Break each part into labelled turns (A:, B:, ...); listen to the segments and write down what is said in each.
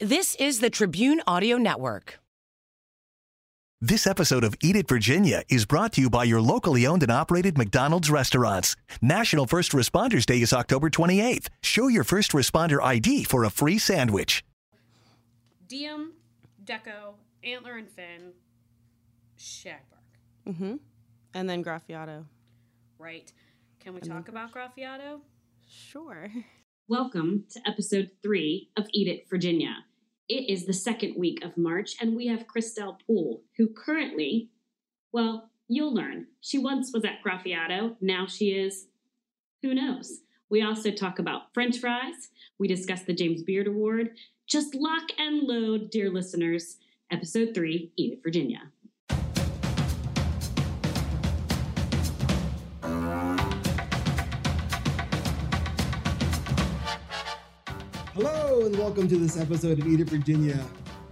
A: This is the Tribune Audio Network.
B: This episode of Eat It Virginia is brought to you by your locally owned and operated McDonald's restaurants. National First Responders Day is October 28th. Show your first responder ID for a free sandwich.
C: Diem, Deco, Antler and Finn, Shagbark,
D: Mm-hmm. And then Graffiato.
C: right? Can we talk about Graffiato?
D: Sure.
E: Welcome to episode three of Eat It Virginia. It is the second week of March, and we have Christelle Poole, who currently, well, you'll learn. She once was at Graffiato, now she is, who knows? We also talk about French fries. We discuss the James Beard Award. Just lock and load, dear listeners. Episode three, Eat It Virginia.
F: Hello and welcome to this episode of Eat It Virginia.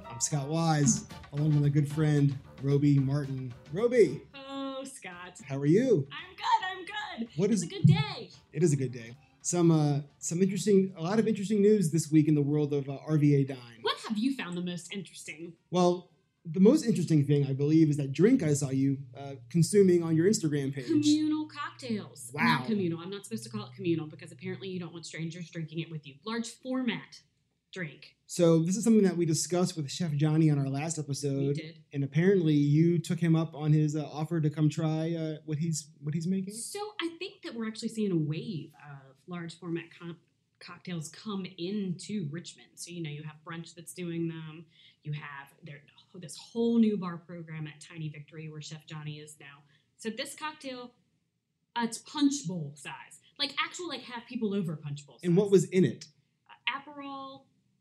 F: I'm Scott Wise, along with my good friend Roby Martin. Roby,
E: Oh, Scott.
F: how are you?
E: I'm good. I'm good.
F: What
E: It's
F: is-
E: a good day.
F: It is a good day. Some uh, some interesting, a lot of interesting news this week in the world of uh, RVA Dine.
E: What have you found the most interesting?
F: Well, the most interesting thing I believe is that drink I saw you uh, consuming on your Instagram page.
E: Communal cocktails.
F: Wow.
E: Not communal. I'm not supposed to call it communal because apparently you don't want strangers drinking it with you. Large format drink.
F: So this is something that we discussed with Chef Johnny on our last
E: We
F: episode,
E: did.
F: and apparently you took him up on his uh, offer to come try uh, what he's what he's making.
E: So I think that we're actually seeing a wave of large format com- cocktails come into Richmond. So you know you have brunch that's doing them. You have there this whole new bar program at Tiny Victory where Chef Johnny is now. So this cocktail, uh, it's punch bowl size, like actual like have people over punch bowl.
F: And
E: size.
F: what was in it?
E: uh, Aperol,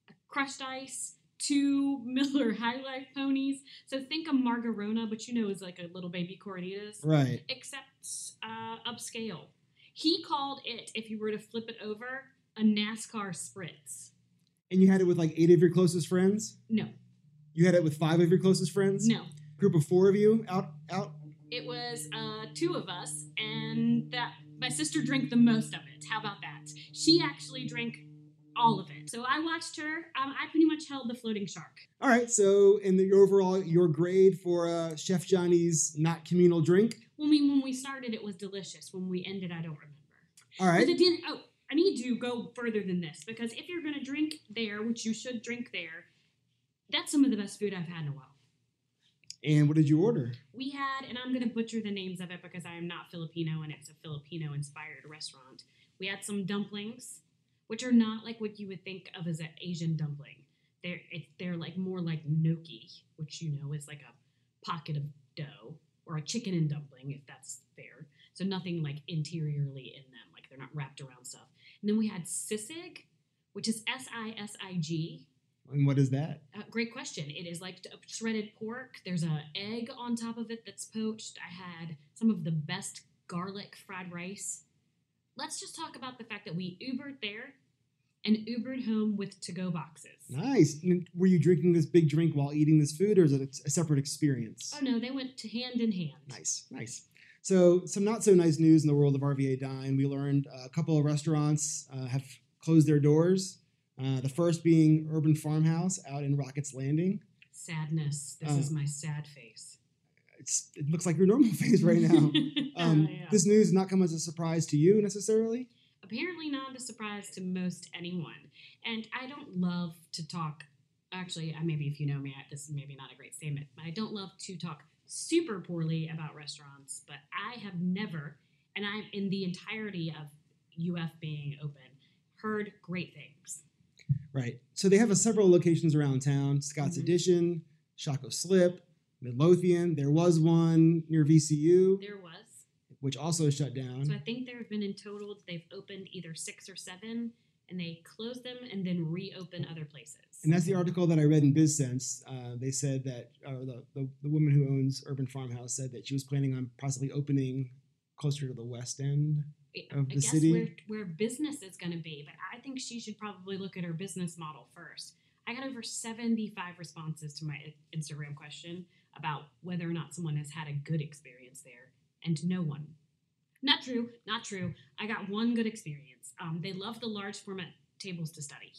E: uh, crushed ice, two Miller High Life ponies. So think a Margarona, but you know is like a little baby Coronitas,
F: Right.
E: except uh, upscale. He called it, if you were to flip it over, a NASCAR spritz.
F: And you had it with like eight of your closest friends.
E: No,
F: You had it with five of your closest friends.
E: no.
F: Group of four of you out out.
E: It was uh, two of us, and that my sister drank the most of it. How about that? She actually drank all of it. So I watched her. Um, I pretty much held the floating shark.
F: All right. So, and the overall your grade for uh, Chef Johnny's not communal drink.
E: Well, I mean, when we started, it was delicious. When we ended, I don't remember.
F: All
E: But the
F: right.
E: dinner, oh, I need to go further than this because if you're going to drink there, which you should drink there, that's some of the best food I've had in a while.
F: And what did you order?
E: We had, and I'm going to butcher the names of it because I am not Filipino and it's a Filipino inspired restaurant. We had some dumplings, which are not like what you would think of as an Asian dumpling. They're, it, they're like more like gnocchi, which you know is like a pocket of dough or a chicken and dumpling, if that's fair. So nothing like interiorly in them, like they're not wrapped around stuff. And then we had sisig, which is S I S I G,
F: And what is that?
E: uh, great question. It is like shredded pork. There's a egg on top of it that's poached. I had some of the best garlic fried rice. Let's just talk about the fact that we Ubered there and Ubered home with to-go boxes.
F: Nice. And were you drinking this big drink while eating this food, or is it a separate experience?
E: Oh no, they went to hand in hand.
F: Nice, nice. So, some not so nice news in the world of RVA Dine. We learned uh, a couple of restaurants uh, have closed their doors. Uh, the first being Urban Farmhouse out in Rockets Landing.
E: Sadness. This
F: Oh.
E: is my sad face.
F: It's, it looks like your normal face right now. Um,
E: Oh, yeah.
F: This news has not come as a surprise to you necessarily.
E: apparently not a surprise to most anyone. And I don't love to talk. Actually, I maybe if you know me, I, this is maybe not a great statement, but I don't love to talk super poorly about restaurants. But I have never, and I'm in the entirety of UF being open, heard great things.
F: Right. So they have a several locations around town Scott's
E: Mhm.
F: Edition, Shaco Slip, Midlothian. There was one near VCU,
E: There was.
F: which also shut down.
E: So I think there have been in total, they've opened either six or seven, and they close them and then reopen other places.
F: And that's the article that I read in BizSense. Uh, they said that uh, the, the, the woman who owns Urban Farmhouse said that she was planning on possibly opening closer to the West End.
E: I
F: of the
E: guess
F: city?
E: Where, where business is going to be, but I think she should probably look at her business model first. I got over 75 responses to my uh, Instagram question about whether or not someone has had a good experience there, and no one. Not true, not true. I got one good experience. Um, they love the large format tables to study.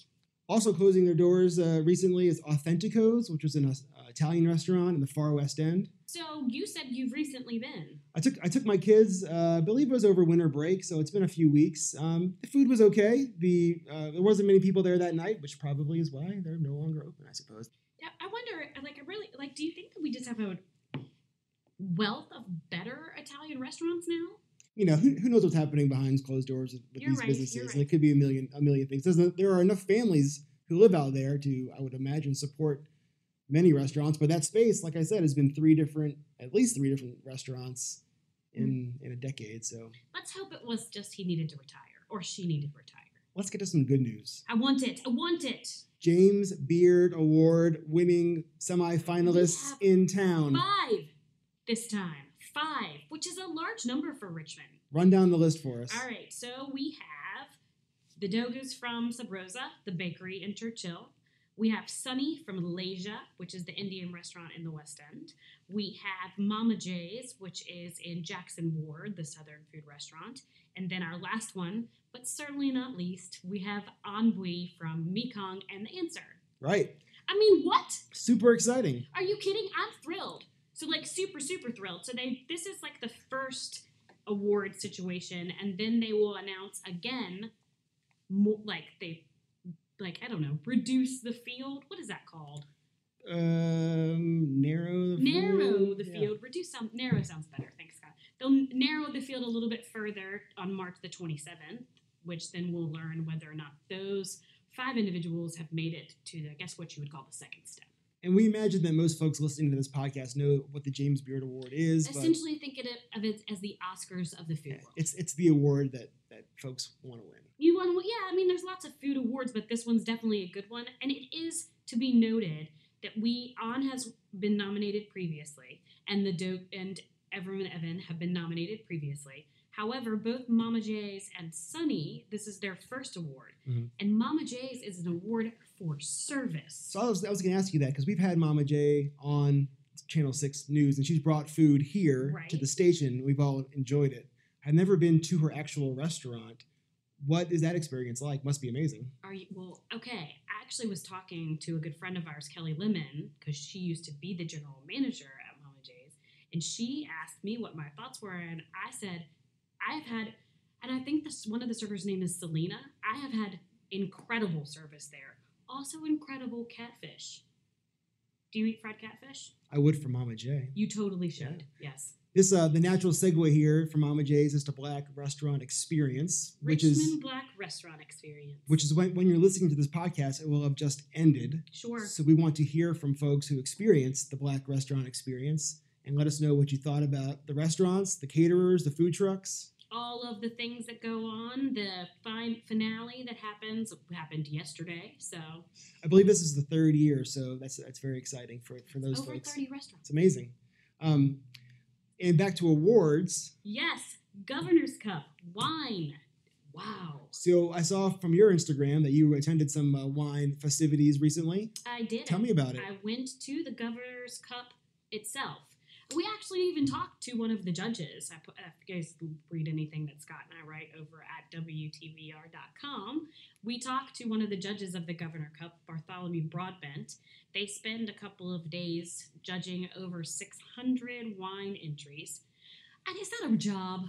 F: Also closing their doors uh, recently is Authentico's, which was an uh, Italian restaurant in the far West End.
E: So you said you've recently been.
F: I took I took my kids. Uh, I believe it was over winter break, so it's been a few weeks. Um, the food was okay. The uh, there wasn't many people there that night, which probably is why they're no longer open, I suppose.
E: Yeah, I wonder, like, I really like. Do you think that we just have a wealth of better Italian restaurants now?
F: You know, who, who knows what's happening behind closed doors with, with
E: You're
F: these
E: right, you're
F: businesses? And
E: right.
F: it could be a million a million things. There's no, there are enough families who live out there to, I would imagine, support many restaurants. But that space, like I said, has been three different, at least three different restaurants
E: Mm.
F: in in a decade. So
E: Let's hope it was just he needed to retire or she needed to retire.
F: let's get to some good news.
E: I want it. I want it.
F: James Beard Award winning semifinalists
E: We
F: in town.
E: Five this time. Five, which is a large number for Richmond.
F: Run down the list for us.
E: All right, so we have the Dogus from Sub Rosa, the bakery in Churchill. We have Sunny from Malaysia, which is the Indian restaurant in the West End. We have Mama J's, which is in Jackson Ward, the Southern food restaurant. And then our last one, but certainly not least, we have Anhui from Mekong and the Answer.
F: Right.
E: I mean, what?
F: Super exciting.
E: Are you kidding? I'm thrilled. So like super super thrilled. So they this is like the first award situation, and then they will announce again, more, like they like I don't know reduce the field. What is that called?
F: Um, narrow the
E: narrow
F: field.
E: the
F: Yeah.
E: field. Reduce some narrow sounds better. Thanks, Scott. They'll n- narrow the field a little bit further on March the 27th, which then we'll learn whether or not those five individuals have made it to the I guess what you would call the second step.
F: And we imagine that most folks listening to this podcast know what the James Beard Award is. But
E: Essentially, think of it, of it as the Oscars of the food
F: yeah,
E: world.
F: it's it's the award that that folks want to win.
E: You won, well, yeah. I mean, there's lots of food awards, but this one's definitely a good one, and it is to be noted that we on has been nominated previously, and the dope and Everman Evan have been nominated previously. However, both Mama J's and Sunny, this is their first award,
F: Mhm.
E: and Mama J's is an award for service.
F: So I was I was going to ask you that because we've had Mama J on Channel Six News, and she's brought food here to
E: Right.
F: the station. We've all enjoyed it. I've never been to her actual restaurant. What is that experience like? Must be amazing.
E: Are you well? Okay, I actually was talking to a good friend of ours, Kelly Lemon, because she used to be the general manager at Mama J's, and she asked me what my thoughts were, and I said, I've had, and I think this one of the servers' name is Selena. I have had incredible service there. Also, incredible catfish. Do you eat fried catfish?
F: I would for Mama J.
E: You totally should. Yes.
F: This uh, the natural segue here for Mama J's is to Black Restaurant Experience, which
E: Richmond
F: is
E: Black Restaurant Experience.
F: which is when, when you're listening to this podcast, it will have just ended.
E: sure.
F: So we want to hear from folks who experienced the Black Restaurant Experience and let us know what you thought about the restaurants, the caterers, the food trucks.
E: all of the things that go on. The fine finale that happens happened yesterday, so
F: I believe this is the third year, so that's that's very exciting for for those
E: over
F: folks.
E: thirty restaurants.
F: It's amazing. Um, and back to awards.
E: Yes, Governor's Cup wine. Wow,
F: So I saw from your Instagram that you attended some uh, wine festivities recently.
E: I did.
F: Tell
E: it.
F: me about it.
E: I went to the Governor's Cup itself. We actually even talked to one of the judges. I put, if you guys read anything that Scott and I write over at WTVR.com, we talked to one of the judges of the Governor Cup, Bartholomew Broadbent. They spend a couple of days judging over 600 wine entries. And is that a job?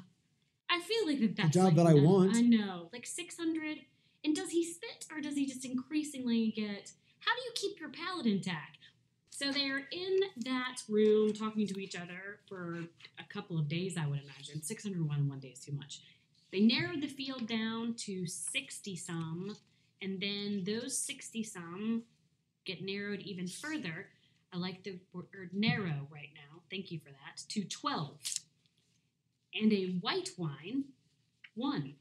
E: I feel like that that's
F: job
E: like
F: that I
E: a-
F: want.
E: I know, like 600. And does he spit or does he just increasingly get? How do you keep your palate intact? So they're in that room talking to each other for a couple of days, I would imagine. 601 in one day is too much. They narrowed the field down to 60 some, and then those 60 some get narrowed even further. I like the word narrow right now. Thank you for that. To 12. And a white wine, one.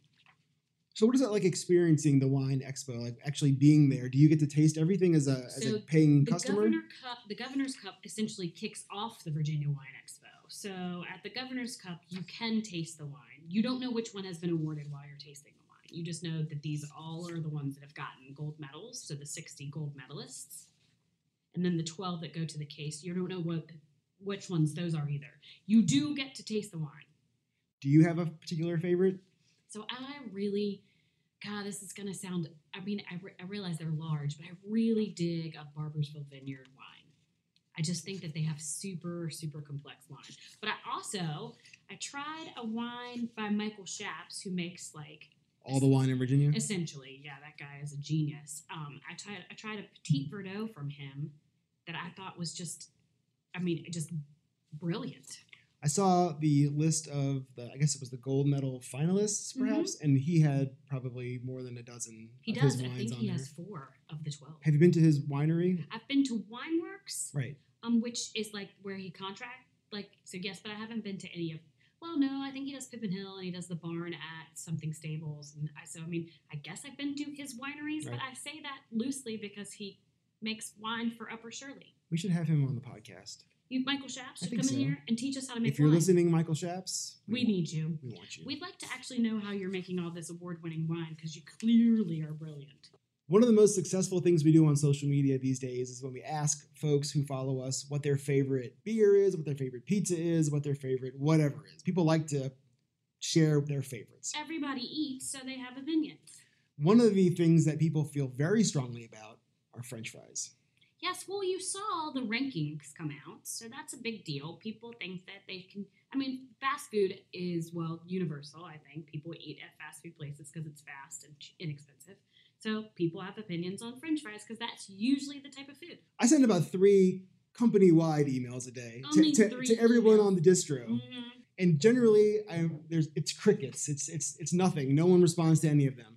F: So what is it like experiencing the wine expo? Like actually being there? Do you get to taste everything as a as
E: So
F: a paying
E: the
F: customer?
E: governor cup the governor's cup essentially kicks off the virginia wine expo so at the governor's cup you can taste the wine you don't know which one has been awarded while you're tasting the wine you just know that these all are the ones that have gotten gold medals so the 60 gold medalists and then the 12 that go to the case you don't know what which ones those are either you do get to taste the wine
F: Do you have a particular favorite?
E: so I really, God, this is going to sound, I mean, I, re- I realize they're large, but I really dig a Barbersville Vineyard wine. I just think that they have super, super complex wine. But I also, I tried a wine by Michael Shapps, who makes like
F: All the wine in Virginia.
E: Essentially, yeah, that guy is a genius. Um, I tried I tried a Petit Verdot from him that I thought was just, I mean, just brilliant.
F: I saw the list of the, I guess it was the gold medal finalists, perhaps, and he had probably more than a dozen
E: Mm-hmm. He
F: of
E: does.
F: his
E: I
F: wines
E: think
F: on
E: he
F: there.
E: has four of the twelve.
F: Have you been to his winery?
E: I've been to Wineworks,
F: Right.
E: um, which is like where he contract like so. Yes, but I haven't been to any of. Well, no, I think he does Pippin Hill and he does the barn at something stables, and I, so I mean, I guess I've been to his wineries, but
F: Right.
E: I say that loosely because he makes wine for Upper Shirley.
F: We should have him on the podcast.
E: You, Michael Shapps, should
F: think
E: come
F: so.
E: in here and teach us how to make
F: if you're
E: wine.
F: listening, Michael Shapps,
E: we need you.
F: we want you.
E: We'd like to actually know how you're making all this award-winning wine because you clearly are brilliant.
F: One of the most successful things we do on social media these days is when we ask folks who follow us what their favorite beer is, what their favorite pizza is, what their favorite whatever is. People like to share their favorites.
E: Everybody eats, so they have a vineyard.
F: One of the things that people feel very strongly about are french fries.
E: Yes, well, you saw the rankings come out, so that's a big deal. People think that they can. I mean, fast food is, well, universal, I think. People eat at fast food places because it's fast and ch- inexpensive. So people have opinions on french fries because that's usually the type of food.
F: I send about three company wide emails a day to,
E: Only
F: to-
E: three
F: to everyone
E: emails.
F: on the distro.
E: Mhm.
F: And generally, I, there's, it's crickets, it's, it's, it's nothing. No one responds to any of them.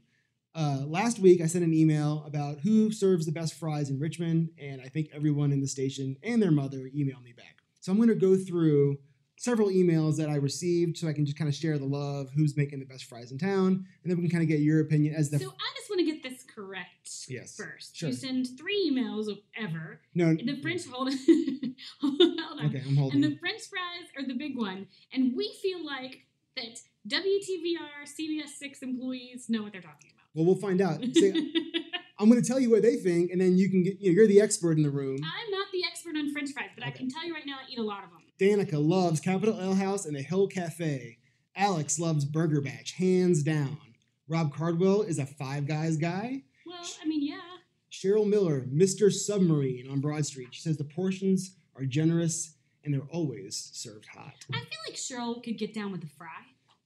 F: Uh, last week, I sent an email about who serves the best fries in Richmond, and I think everyone in the station and their mother emailed me back. So I'm going to go through several emails that I received so I can just kind of share the love, who's making the best fries in town, and then we can kind of get your opinion as the.
E: So I just want to get this correct
F: Yes,
E: first.
F: sure.
E: You send three emails of ever.
F: no,
E: The French hold, hold on.
F: Okay, I'm holding.
E: And the French fries are the big one. And we feel like that WTVR CBS 6 employees know what they're talking about.
F: well, we'll find out. Say, Uh, I'm going to tell you what they think, and then you can get, you know, you're the expert in the room.
E: I'm not the expert on French fries, but I can tell you right now I eat a lot of them.
F: Danica loves Capital L House and the Hill Cafe. Alex loves Burger Batch, hands down. Rob Cardwell is a Five Guys guy.
E: Well, I mean, yeah.
F: Cheryl Miller, Mr. Submarine on Broad Street. She says the portions are generous and they're always served hot.
E: I feel like Cheryl could get down with the fry.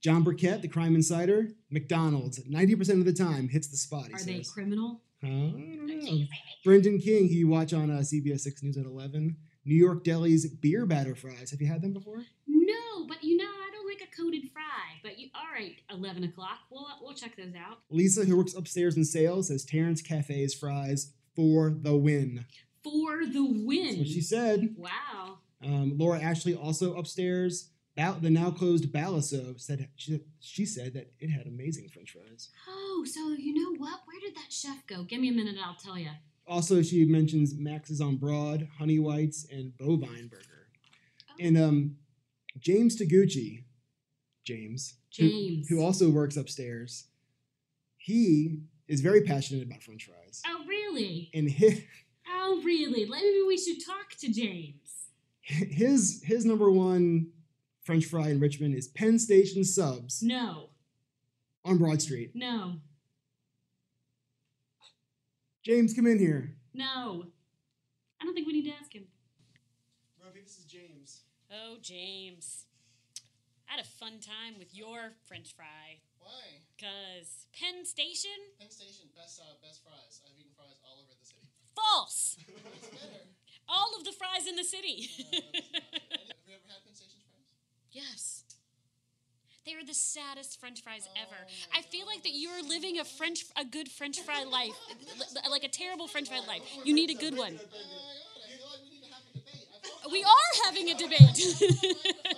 F: John Burkett, the crime insider. McDonald's, 90% of the time, hits the spot, he
E: Are
F: says.
E: they criminal?
F: Huh? I don't know. Brendan King, who you watch on uh, CBS 6 News at 11. New York Deli's beer batter fries. Have you had them before?
E: No, but you know, I don't like a coated fry. But you, all right, 11 o'clock. We'll, we'll check those out.
F: Lisa, who works upstairs in sales, says Terrence Cafe's fries for the win.
E: For the
F: That's
E: win.
F: what she said.
E: Wow.
F: Um, Laura Ashley, also upstairs, Bal- the now closed Balaso, said she, she said that it had amazing French fries.
E: Oh, so you know what? Where did that chef go? Give me a minute, I'll tell you.
F: Also, she mentions Max's on Broad, Honey Whites, and Bovine Burger. And um, James Taguchi, James, who-
E: James.
F: who also works upstairs, he is very passionate about French fries.
E: Oh, really?
F: And his,
E: Oh, really? Maybe we should talk to James.
F: his his number one French fry in Richmond is Penn Station Subs
E: No,
F: on Broad Street.
E: no,
F: James, come in here.
E: no. I don't think we need to ask him.
F: Murphy, this is James.
G: Oh, James. I had a fun time with your french fry.
H: Why?
G: Because Penn Station?
H: Penn Station best uh, best fries. I've eaten fries all over the city.
G: False!
H: It's better.
G: All of the fries in the city.
H: Have you ever had Penn Station fries?
G: yes. They are the saddest french fries ever. I feel like that you're living a french a good french fry life. L- Like a terrible french fry life. You need a good one.
H: Oh my god! I feel like we need to have a debate. I've always
G: We are having a debate.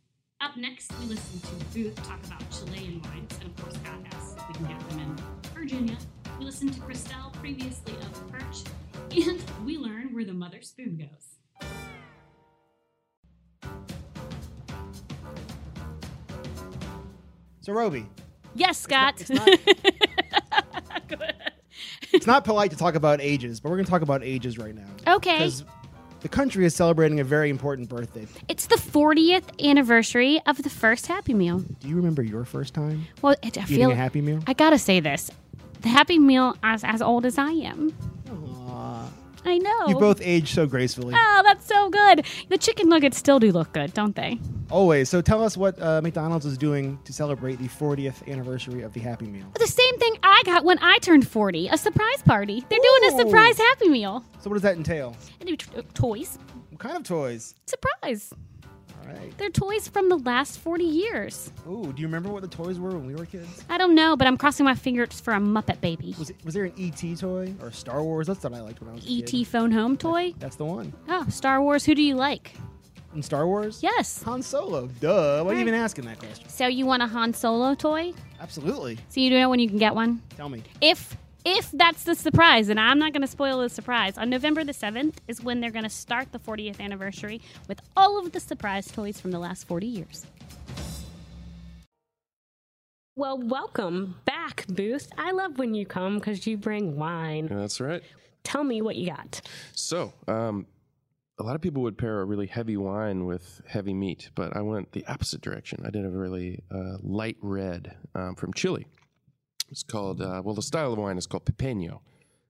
E: Up next, we listen to Booth talk about Chilean wines, and of course, God asks if we can get them in Virginia. We listen to Christelle, previously of Perch, and we learn where the mother spoon goes.
F: So Roby,
G: yes, Scott.
F: it's not polite to talk about ages, but we're going to talk about ages right now.
G: Okay.
F: Because the country is celebrating a very important birthday.
I: It's the 40th anniversary of the first Happy Meal.
F: Do you remember your first time
I: Well, it, I
F: eating
I: feel
F: a Happy Meal?
I: I gotta say this: the Happy Meal is as old as I am. I know.
F: You both aged so gracefully.
I: Oh, that's so good. The chicken nuggets still do look good, don't they?
F: Always. So tell us what uh, McDonald's is doing to celebrate the 40th anniversary of the Happy Meal.
I: The same thing I got when I turned 40, a surprise party. They're doing a surprise Happy Meal.
F: So what does that entail?
I: They do t- toys.
F: What kind of toys?
I: Surprise.
F: All right.
I: They're toys from the last 40 years.
F: Ooh, do you remember what the toys were when we were kids?
I: I don't know, but I'm crossing my fingers for a Muppet Baby.
F: Was it, was there an ET toy or Star Wars? That's what I liked when I was a
E: E
F: kid.
I: E.T. E phone home toy?
F: That's the one.
I: Oh, Star Wars, who do you like?
F: In Star Wars?
I: Yes.
F: Han Solo. Duh. Why are you even asking that question?
I: So you want a Han Solo toy?
F: Absolutely.
I: So you know when you can get one?
F: Tell me.
I: If if that's the surprise, and I'm not going to spoil the surprise, on November the 7th is when they're going to start the 40th anniversary with all of the surprise toys from the last 40 years.
E: Well, welcome back, Booth. I love when you come because you bring wine.
J: That's right.
E: Tell me what you got.
J: So, um, a lot of people would pair a really heavy wine with heavy meat, but I went the opposite direction. I did a really uh, light red um, from Chile. It's called, uh, well, the style of wine is called Pipeño,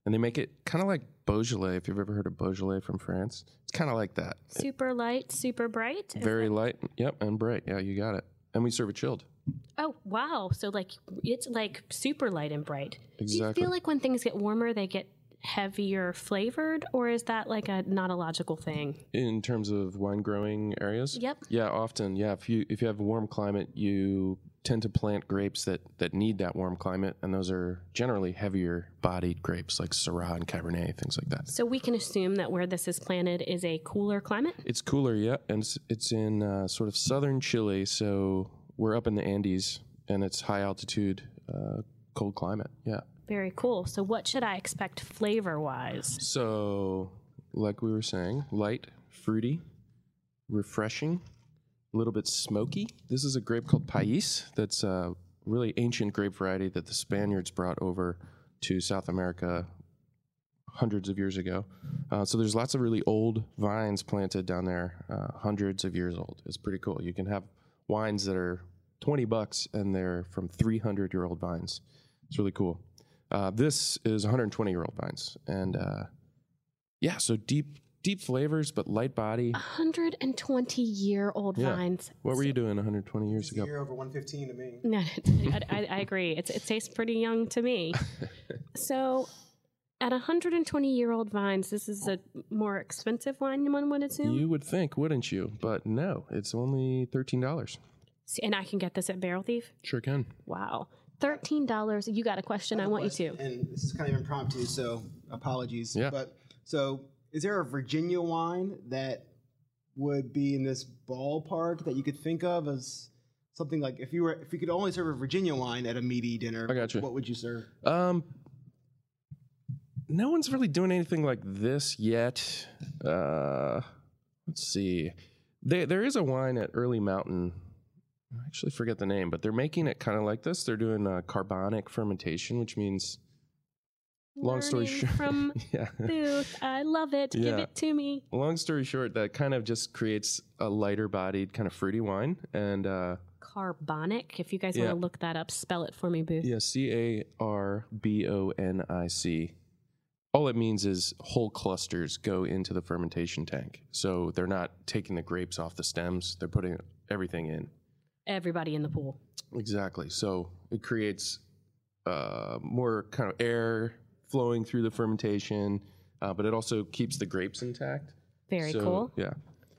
J: and they make it kind of like Beaujolais, if you've ever heard of Beaujolais from France. It's kind of like that.
E: Super light, super bright.
J: Very light, yep, and bright. Yeah, you got it. And we serve it chilled.
E: Oh, wow. So, like, it's like super light and bright. Do
J: Exactly.
E: you feel like when things get warmer, they get heavier flavored, or is that like a not a logical thing?
J: in terms of wine growing areas
E: Yep.
J: yeah often yeah if you if you have a warm climate you tend to plant grapes that that need that warm climate and those are generally heavier bodied grapes like syrah and cabernet things like that
E: So, we can assume that where this is planted is a cooler climate.
J: it's cooler yeah and it's, it's in uh, sort of southern chile so we're up in the andes and it's high altitude uh, cold climate yeah
E: Very cool. So, what should I expect flavor wise?
J: So, like we were saying, light, fruity, refreshing, a little bit smoky. This is a grape called Pais. That's a really ancient grape variety that the Spaniards brought over to South America hundreds of years ago. Uh, so there's lots of really old vines planted down there, uh, hundreds of years old. It's pretty cool. You can have wines that are 20 bucks and they're from 300 year old vines. It's really cool. Uh, this is 120 year old vines, and uh, yeah, so deep deep flavors but light body.
E: Ah, 120 year old
J: Yeah.
E: vines.
J: What were you doing 120 years ago?
F: over 115 to me.
E: No, I, I, I agree. It's, it tastes pretty young to me. so, at 120 year old vines, this is a more expensive wine, one would assume.
J: You would think, wouldn't you? But no, it's only thirteen dollars.
E: S- and I can get this at Barrel Thief.
J: Sure can.
E: Wow. $13. You got a question. I want you to.
K: And this is kind of impromptu, so apologies.
J: Yeah.
K: But so, is there a Virginia wine that would be in this ballpark that you could think of as something like if you were if you could only serve a Virginia wine at a meaty dinner?
J: I gotcha.
K: What would you serve?
J: Um, no one's really doing anything like this yet. Uh, let's see. There, there is a wine at Early Mountain. I actually forget the name, but they're making it kind of like this. They're doing uh, carbonic fermentation, which means, long story
E: Learning
J: short,
E: From
J: yeah.
E: Booth. I love it. Give
J: Yeah.
E: it to me.
J: Long story short, that kind of just creates a lighter bodied kind of fruity wine, and uh,
E: Carbonic. If you guys
J: Yeah.
E: want to look that up, spell it for me, Booth.
J: Yeah, C A R B O N I C. All it means is whole clusters go into the fermentation tank. So they're not taking the grapes off the stems, they're putting everything in.
E: Everybody in the pool.
J: Exactly. So it creates uh, more kind of air flowing through the fermentation, uh, but it also keeps the grapes intact.
E: Very
J: So,
E: cool.
J: Yeah.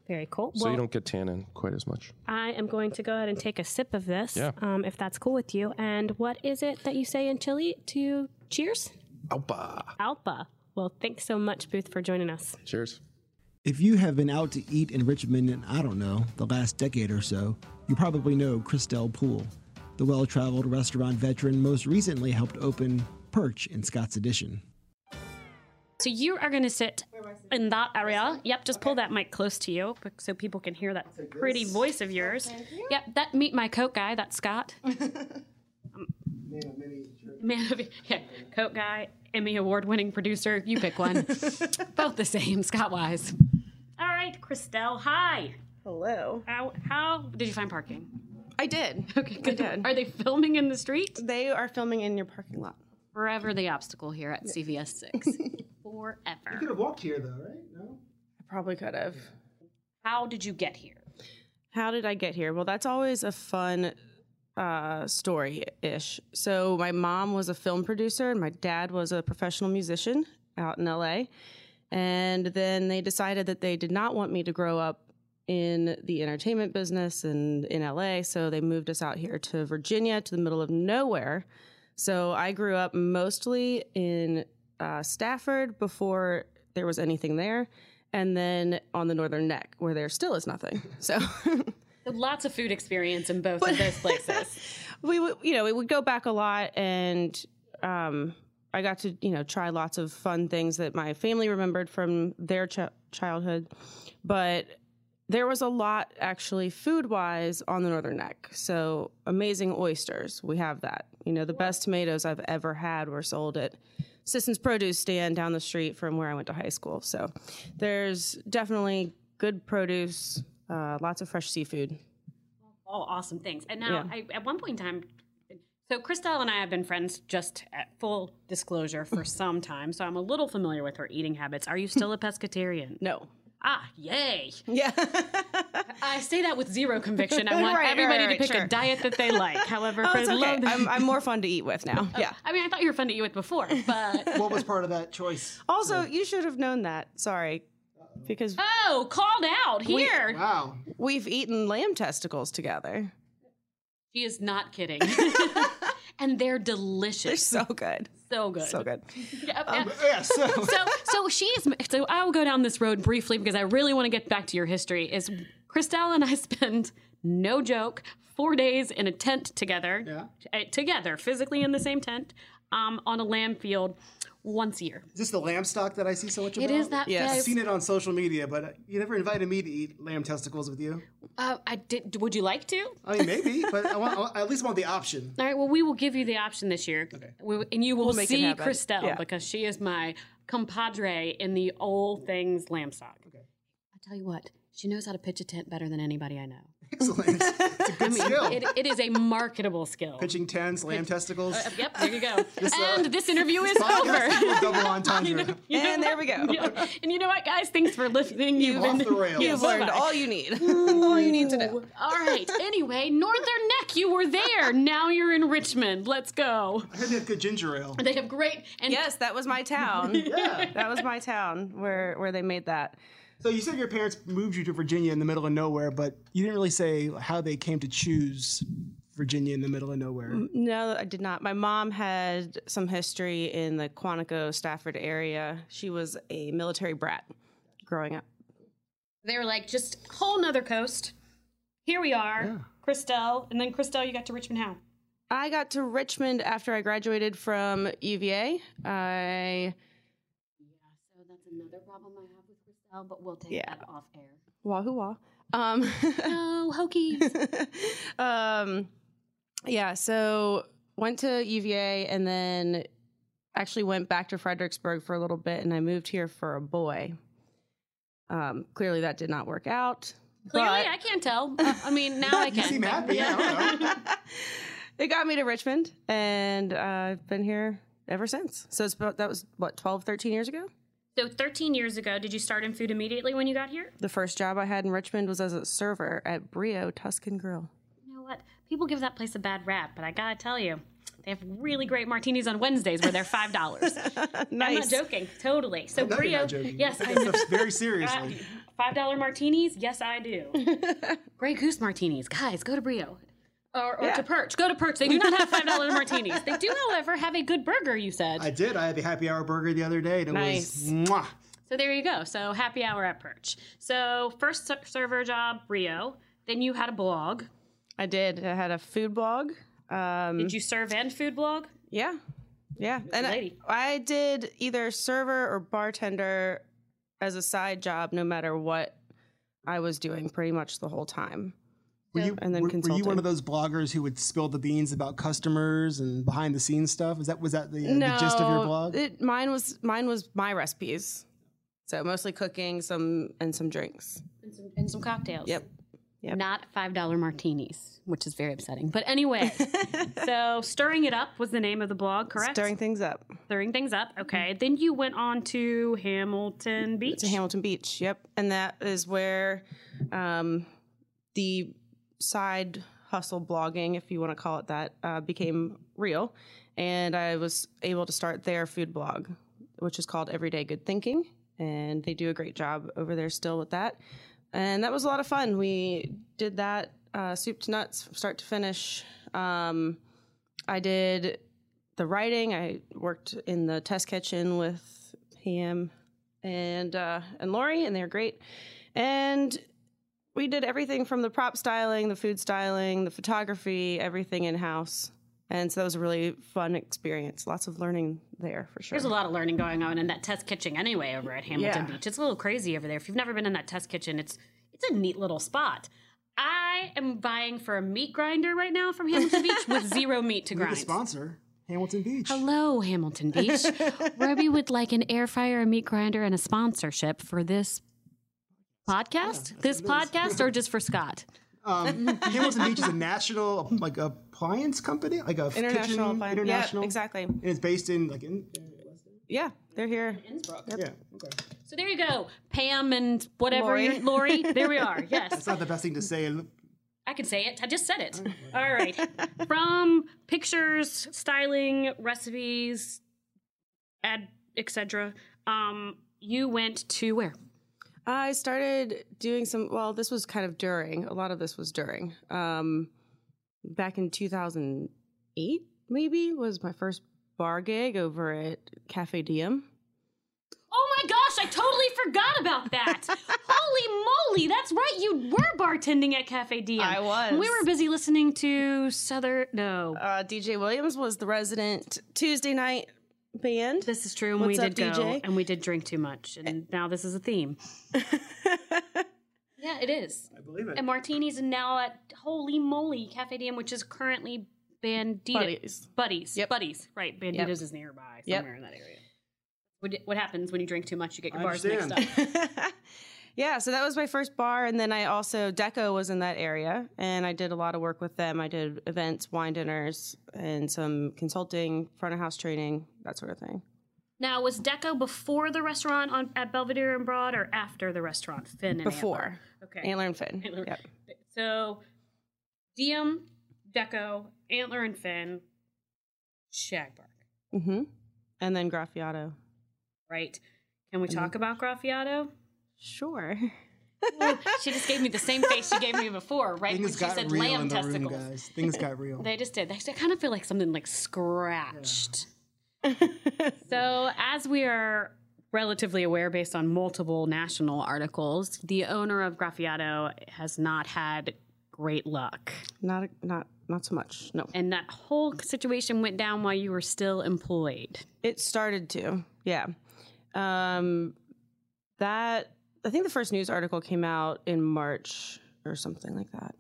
E: Very cool.
J: So
E: well,
J: you don't get tannin quite as much.
E: I am going to go ahead and take a sip of this,
J: Yeah.
E: um, if that's cool with you. And what is it that you say in Chile to cheers?
J: Opa.
E: Alpa. Well, thanks so much, Booth, for joining us.
J: Cheers.
L: If you have been out to eat in Richmond in, I don't know, the last decade or so, you probably know Christelle Poole. The well traveled restaurant veteran most recently helped open Perch in Scott's Edition.
E: So you are going to sit in that area. Yep, just pull that mic close to you bec- so people can hear that pretty voice of yours. Yep, that meet my coat guy. That's Scott. Um, Man of yeah, coat guy, Emmy award winning producer. You pick one. Both the same, Scott Wise. Christelle, hi.
D: Hello.
E: How, how did you find parking?
D: I did. Okay,
E: good.
D: I did.
E: Are they filming in the street?
D: They are filming in your parking lot.
E: Forever the obstacle here at CVS 6.
K: You
E: Forever.
K: could have walked here though, right? No.
D: I probably could have.
E: How did you get here?
D: How did I get here? Well, that's always a fun uh, story ish. So, my mom was a film producer and my dad was a professional musician out in LA. And then they decided that they did not want me to grow up in the entertainment business and in LA. So, they moved us out here to Virginia to the middle of nowhere. So, I grew up mostly in uh, Stafford before there was anything there. And then on the Northern Neck, where there still is nothing. So,
E: So Lots of food experience in both of those places.
D: we would you know we would go back a lot and um i got to you know try lots of fun things that my family remembered from their ch- childhood but there was a lot actually food wise on the northern neck so amazing oysters we have that you know the best tomatoes i've ever had were sold at Sisson's produce stand down the street from where I went to high school. So there's definitely good produce, uh, lots of fresh seafood.
E: All awesome things. And now,
D: Yeah.
E: I, at one point in time, so Christelle and I have been friends just at full disclosure for some time, so I'm a little familiar with her eating habits. Are you still a pescatarian?
D: No.
E: Ah, yay.
D: Yeah.
E: I say that with zero conviction. I want
D: Right, right,
E: everybody
D: right,
E: to pick
D: sure.
E: a diet that they like. However,
D: Oh,
E: for
D: it's
E: the
D: okay.
E: love
D: I'm, I'm more fun to eat with now. Yeah.
E: I mean, I thought you were fun to eat with before, but
K: What was part of that choice?
D: Also, you should have known that. Sorry, because
E: oh, called out
D: We-
E: here.
K: wow,
D: we've eaten lamb testicles together.
E: She is not kidding, and they're delicious. They're
D: so good,
E: so good,
D: So good. Um,
E: Yeah, yeah.
K: Yeah, so
E: so, so she is. So I will go down this road briefly because I really want to get back to your history. Is Christelle and I spend no joke four days in a tent together, yeah. together physically in the same tent, um, on a lamb field once a year.
K: is this the lamb stock that I see so much
E: It
K: about?
E: is that Yes.
K: I've
E: place.
K: seen it on social media, but uh, you never invited me to eat lamb testicles with you.
E: Uh, I did. Would you like to?
K: I mean, maybe, but I want I at least want the option.
E: All right. Well, we will give you the option this year, we, and you will
D: We'll make it
E: see
D: happen.
E: Christelle
D: Yeah.
E: because she is my compadre in the all things lamb stock. I tell you what, she knows how to pitch a tent better than anybody I know.
K: Good skill.
E: It, it is a marketable skill.
K: Pitching tents, lamb testicles.
E: Uh, yep, there you go.
K: This, uh,
E: and this interview is
K: Podcast
E: over.
K: with double entendre.
E: You know
D: And there
E: what?
D: we go.
E: Yeah. And you know what, guys? Thanks for listening. You've
K: off
E: been-
K: the rails.
E: Yeah,
D: You've learned
E: bye-bye.
D: all you need. all you need to know.
E: All right. Anyway, Northern Neck, you were there. Now you're in Richmond. Let's go.
K: I heard they have good ginger ale.
E: They have great and
D: Yes, that was my town.
K: Yeah.
D: That was my town where where they made that.
K: So you said your parents moved you to Virginia in the middle of nowhere, but you didn't really say how they came to choose Virginia in the middle of nowhere.
D: Mm-hmm. No, I did not. My mom had some history in the Quantico Stafford area. She was a military brat growing up.
E: They were like, just whole nother coast. Here we are, Christelle, and then Christelle, you got to Richmond. How?
D: I got to Richmond after I graduated from UVA. I
E: So that's another problem I have with Christelle, but we'll take
D: Yeah.
E: that off air.
D: wahoo wah. Um,
K: Oh,
E: No hokies.
D: um, yeah, so went to UVA and then actually went back to Fredericksburg for a little bit, and I moved here for a boy. Um, clearly, that did not work out.
E: Clearly,
D: but-
E: I can't tell. Uh, I mean, now I
K: You
E: can.
K: seem happy. Yeah, I don't know.
D: it got me to Richmond, and uh, I've been here ever since. So it's about, that was what 12, 13 years ago.
E: So, 13 years ago, did you start in food immediately when you got here?
D: The first job I had in Richmond was as a server at Brio Tuscan Grill.
E: You know what? People give that place a bad rap, but I gotta tell you, they have really great martinis on Wednesdays where they're five dollars. I'm not
D: Nice.
E: joking, totally. So
K: I know you're
E: Brio,
K: not joking.
E: yes,
K: You
E: I
K: take that stuff very seriously.
E: five dollar martinis. Yes, I do. Grey Goose martinis, guys, go to Brio. Or, or
D: Yeah.
E: to Perch. Go to Perch. They do not have five dollar martinis. They do, however, have a good burger. You said
K: I did. I had the happy hour burger the other day, and it was mwah.
E: so. There you go. So happy hour at Perch. So first ser- server job, Brio. Then you had a blog.
D: I did. I had a food blog. Um,
E: Did you serve and food blog?
D: Yeah. Yeah. And I,
E: lady.
D: I did either server or bartender as a side job, no matter what I was doing pretty much the whole time.
K: Were you,
D: And then
K: were, were you one
D: consulting.
K: of those bloggers who would spill the beans about customers and behind the scenes stuff? Is that was that the, uh, the gist of your blog?
D: It, mine was mine was my recipes. So mostly cooking, some and some drinks.
E: And some, and some cocktails.
D: Yep.
E: Not five dollar martinis, which is very upsetting. But anyway, so stirring it up was the name of the blog, correct?
D: Stirring things up.
E: Stirring things up. Okay. Then you went on to Hamilton Beach.
D: To Hamilton Beach, yep. And that is where um, the side hustle blogging, if you want to call it that, uh, became real. And I was able to start their food blog, which is called Everyday Good Thinking. And they do a great job over there still with that. And that was a lot of fun. We did that uh, soup to nuts, from start to finish. Um, I did the writing. I worked in the test kitchen with Pam and uh, and Lori, and they were great. And we did everything from the prop styling, the food styling, the photography, everything in house. And so that was a really fun experience. Lots of learning there for sure.
E: There's a lot of learning going on in that test kitchen anyway over at Hamilton
D: Yeah.
E: Beach. It's a little crazy over there. If you've never been in that test kitchen, it's it's a neat little spot. I am buying for a meat grinder right now from Hamilton Beach with zero meat to
K: We're the
E: grind.
K: sponsor, Hamilton Beach.
E: Hello, Hamilton Beach. Roby would like an air fryer, a meat grinder, and a sponsorship for this podcast. this podcast, or just for Scott?
K: Um, Hamilton Beach is a national like appliance company, like a kitchen,
D: International appliance- yeah,
K: international.
D: exactly.
K: And it's based in like in
D: yeah, they're here.
E: Innsbruck.
K: yeah.
E: So there you go, Pam and whatever
D: Lori.
E: your- Lori. There we are. Yes,
K: That's not the best thing to say.
E: I can say it. I just said it. All right. From pictures, styling, recipes, ad, etc. Um, you went to where?
D: I started doing some. Well, this was kind of during. A lot of this was during. Um, back in 2008, maybe was my first bar gig over at Cafe Diem.
E: Oh my gosh, I totally forgot about that. Holy moly, that's right. You were bartending at Cafe Diem.
D: I was.
E: We were busy listening to Southern. No.
D: Uh, DJ Williams was the resident Tuesday night band.
E: This is true. And
D: What's
E: we
D: up,
E: did go
D: DJ?
E: and we did drink too much, and now this is a theme. yeah, it is. I
K: believe
E: And martinis, and now at Holy Moly Cafe Diem, which is currently Bandita.
D: Buddies.
E: Buddies. Buddies. Right. Banditos
D: Yep.
E: is nearby,
D: Yep.
E: somewhere in that area. What, what happens when you drink too much? You get your
D: I
E: bars
D: understand.
E: mixed up.
D: Yeah, so that was my first bar, and then I also Deco was in that area, and I did a lot of work with them. I did events, wine dinners, and some consulting, front of house training, that sort of thing.
E: Now, was Deco before the restaurant on at Belvedere and Broad or after the restaurant, Finn and
D: Before,
E: Antler? Okay.
D: Antler and Finn.
E: Antler-
D: Yep.
E: So, Diem, Deco, Antler and Finn, Shagbark,
D: Mm-hmm. And then Graffiato.
E: right? Can we talk about Graffiato?
D: Sure.
E: she just gave me the same face she gave me before, right?
K: Things
E: when
K: got
E: she said
K: real
E: lamb
K: in the
E: testicles.
K: room, guys. Things got real.
E: They just did. They I kind of feel like something like scratched. so, as we are relatively aware based on multiple national articles, the owner of Graffiato has not had great luck.
D: Not not not so much. No.
E: And that whole situation went down while you were still employed.
D: It started to, yeah. Um, that I think the first news article came out in March or something like that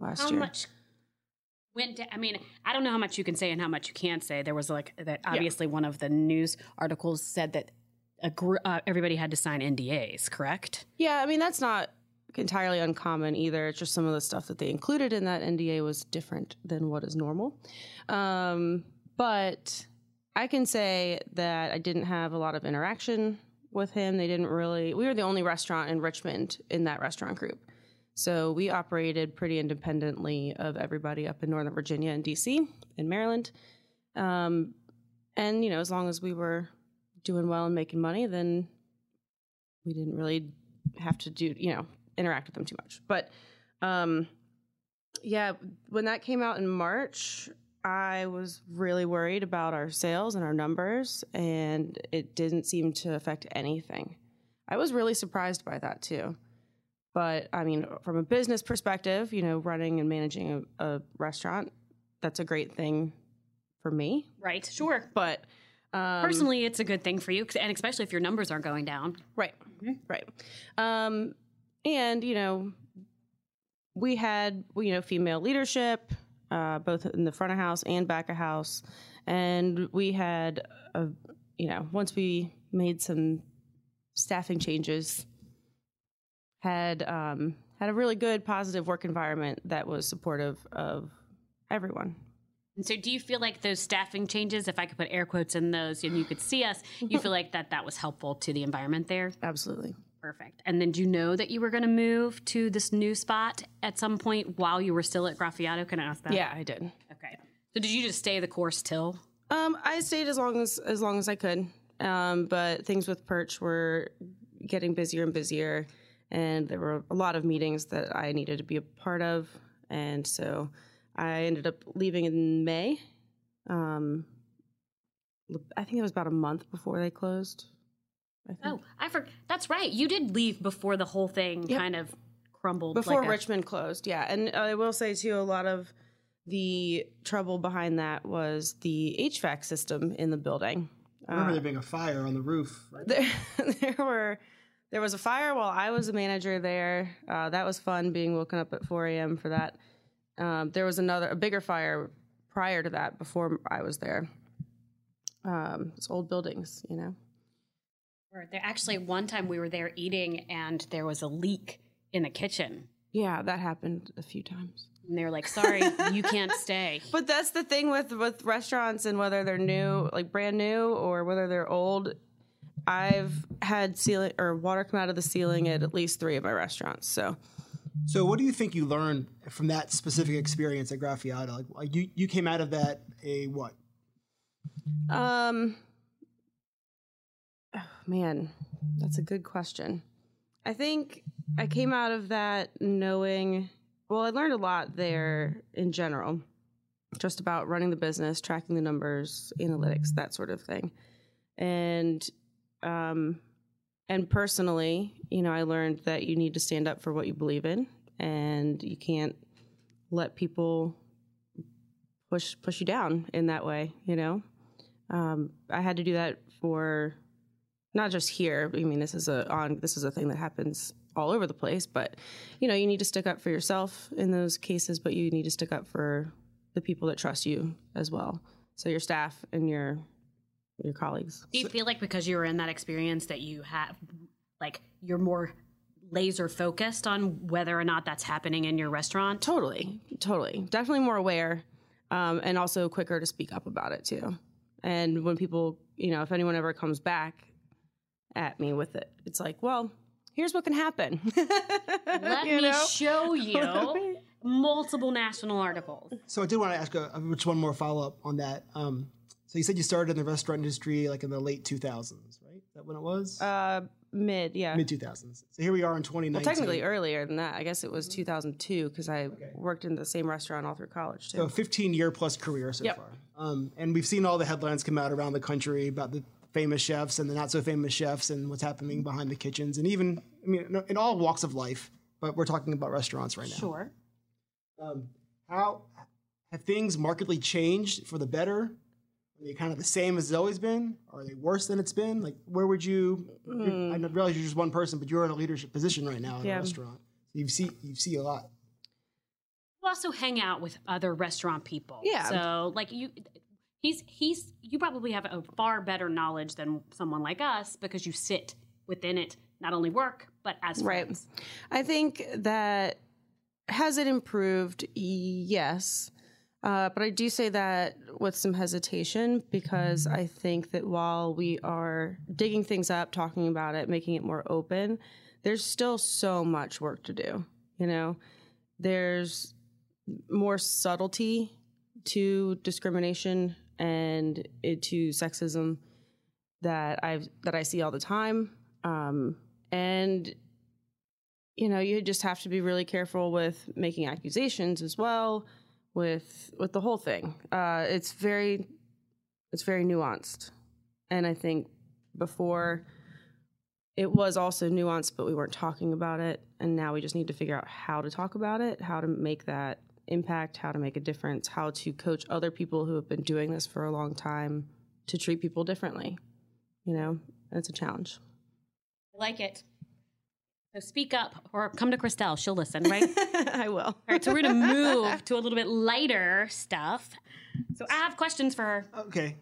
D: last
E: How
D: year.
E: much went down? I mean, I don't know how much you can say and how much you can't say. There was like that.
D: Yeah.
E: Obviously, one of the news articles said that a gr- uh, everybody had to sign NDAs. Correct?
D: Yeah, I mean that's not entirely uncommon either. It's just some of the stuff that they included in that NDA was different than what is normal. Um, but I can say that I didn't have a lot of interaction with him. They didn't really. We were the only restaurant in Richmond in that restaurant group. So we operated pretty independently of everybody up in Northern Virginia and DC and Maryland. Um, and, you know, as long as we were doing well and making money, then we didn't really have to do you know interact with them too much but um yeah when that came out in march i was really worried about our sales and our numbers and it didn't seem to affect anything i was really surprised by that too but i mean from a business perspective you know running and managing a, a restaurant that's a great thing for me
E: Right. Sure.
D: But um,
E: personally, it's a good thing for you, and especially if your numbers aren't going down.
D: Right. Right. Um, and, you know, we had, you know, female leadership, uh, both in the front of house and back of house. uh, And we had, a, you know, once we made some staffing changes, had um, had a really good positive work environment that was supportive of everyone.
E: And so, do you feel like those staffing changes, if I could put air quotes in those, and you could see us, you feel like that that was helpful to the environment there?
D: Absolutely.
E: Perfect. And then, do you know that you were going to move to this new spot at some point while you were still at Graffiato? Can I ask that?
D: Yeah, I did.
E: Okay. So, did you just stay the course till?
D: Um, I stayed as long as as long as I could, um, but things with Perch were getting busier and busier, and there were a lot of meetings that I needed to be a part of, and so I ended up leaving in May. Um, I think it was about a month before they closed.
E: Oh, I forgot. That's right. You did leave before the whole thing
D: Yep.
E: kind of crumbled.
D: Before
E: like a-
D: Richmond closed, yeah. And I will say too, a lot of the trouble behind that was the HVAC system in the building.
F: I remember
D: Uh,
F: there being a fire on the roof. Right?
D: there, there were there was a fire while I was a manager there. Uh, that was fun being woken up at 4 a.m. for that. Um, there was another a bigger fire prior to that before I was there. Um, it's old buildings, you know.
E: Or There actually one time we were there eating and there was a leak in the kitchen.
D: Yeah, that happened a few times.
E: And they were like, "Sorry, you can't stay."
D: But that's the thing with with restaurants and whether they're new, like brand new, or whether they're old. I've had ceiling or water come out of the ceiling at at least three of my restaurants. So
F: So, what do you think you learned from that specific experience at Graffiata? Like, like you, you came out of that a what?
D: Um, oh, man, that's a good question. I think I came out of that knowing, well, I learned a lot there in general, just about running the business, tracking the numbers, analytics, that sort of thing. And, um, and personally, you know, I learned that you need to stand up for what you believe in and you can't let people push push you down in that way, you know? um, I had to do that for not just here. I mean, this is a on this is a thing that happens all over the place. But you know, you need to stick up for yourself in those cases, but you need to stick up for the people that trust you as well. So your staff and your your colleagues.
E: Do you feel like because you were in that experience that you have, like, you're more laser focused on whether or not that's happening in your restaurant?
D: Totally, totally, definitely more aware, um, and also quicker to speak up about it too. And when people, you know, if anyone ever comes back at me with it, it's like, well, here's what can happen.
E: Let
D: You
E: me
D: know?
E: show you multiple national articles.
F: So, I did want to ask a, just one more follow up on that. Um, so, you said you started in the restaurant industry like in the late 2000s, right? Is that when it was?
D: Uh, mid, yeah,
F: Mid 2000s. So, here we are in 2019.
D: Well, technically earlier than that. I guess it was 2002 because I worked in the same restaurant all through college too.
F: So, a 15 year plus career so
D: Yep.
F: far. Um, and we've seen all the headlines come out around the country about the famous chefs and the not so famous chefs and what's happening behind the kitchens and even, I mean, in all walks of life, but we're talking about restaurants right now.
E: Sure.
F: Um, how have things markedly changed for the better? Are they kind of the same as it's always been? Are they worse than it's been? Like, where would you?
D: Hmm.
F: I realize you're just one person, but you're in a leadership position right now in
D: Yeah.
F: a restaurant. So you see, you see a lot.
E: You also hang out with other restaurant people.
F: Yeah.
E: So like you he's he's you probably have a far better knowledge than someone like us because you sit within it, not only work, but as
D: Right.
E: friends.
D: I think that has it improved? Yes. Uh, but I do say that with some hesitation because I think that while we are digging things up, talking about it, making it more open, there's still so much work to do. You know, there's more subtlety to discrimination and it, to sexism that I that I see all the time. Um, and you know you just have to be really careful with making accusations as well with with the whole thing uh it's very it's very nuanced and i think before it was also nuanced but we weren't talking about it and now we just need to figure out how to talk about it how to make that impact how to make a difference how to coach other people who have been doing this for a long time to treat people differently you know it's a challenge
E: I like it. So speak up or come to Christelle. She'll listen, right?
D: I will. All
E: right, so we're gonna move to a little bit lighter stuff. So I have questions for her.
F: Okay.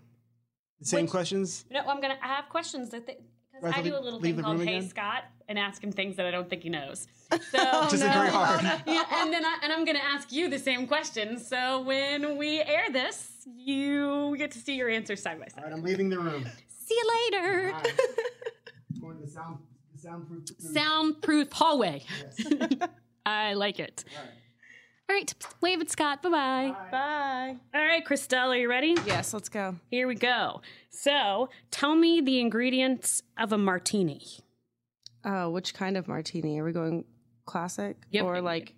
F: The same questions.
E: No, I'm gonna. I have questions that because
M: Right, so
E: I do
M: we
E: a little
M: leave
E: thing
M: the
E: called
M: room
E: Hey
M: again?
E: Scott and ask him things that I don't think he knows. So
M: Which isn't very hard.
E: yeah, and then I, and I'm gonna ask you the same question. So when we air this, you get to see your answers side by
M: All
E: side.
M: right, I'm leaving the room.
E: See you later.
M: Going to the sound, the soundproof.
E: Soundproof hallway. I like it. All right, wave at Scott. Bye bye.
D: Bye.
E: All right, Christelle, are you ready?
D: Yes, let's go.
E: Here we go. So tell me the ingredients of a martini.
D: Uh, which kind of martini? Are we going classic
E: Yep.
D: or like?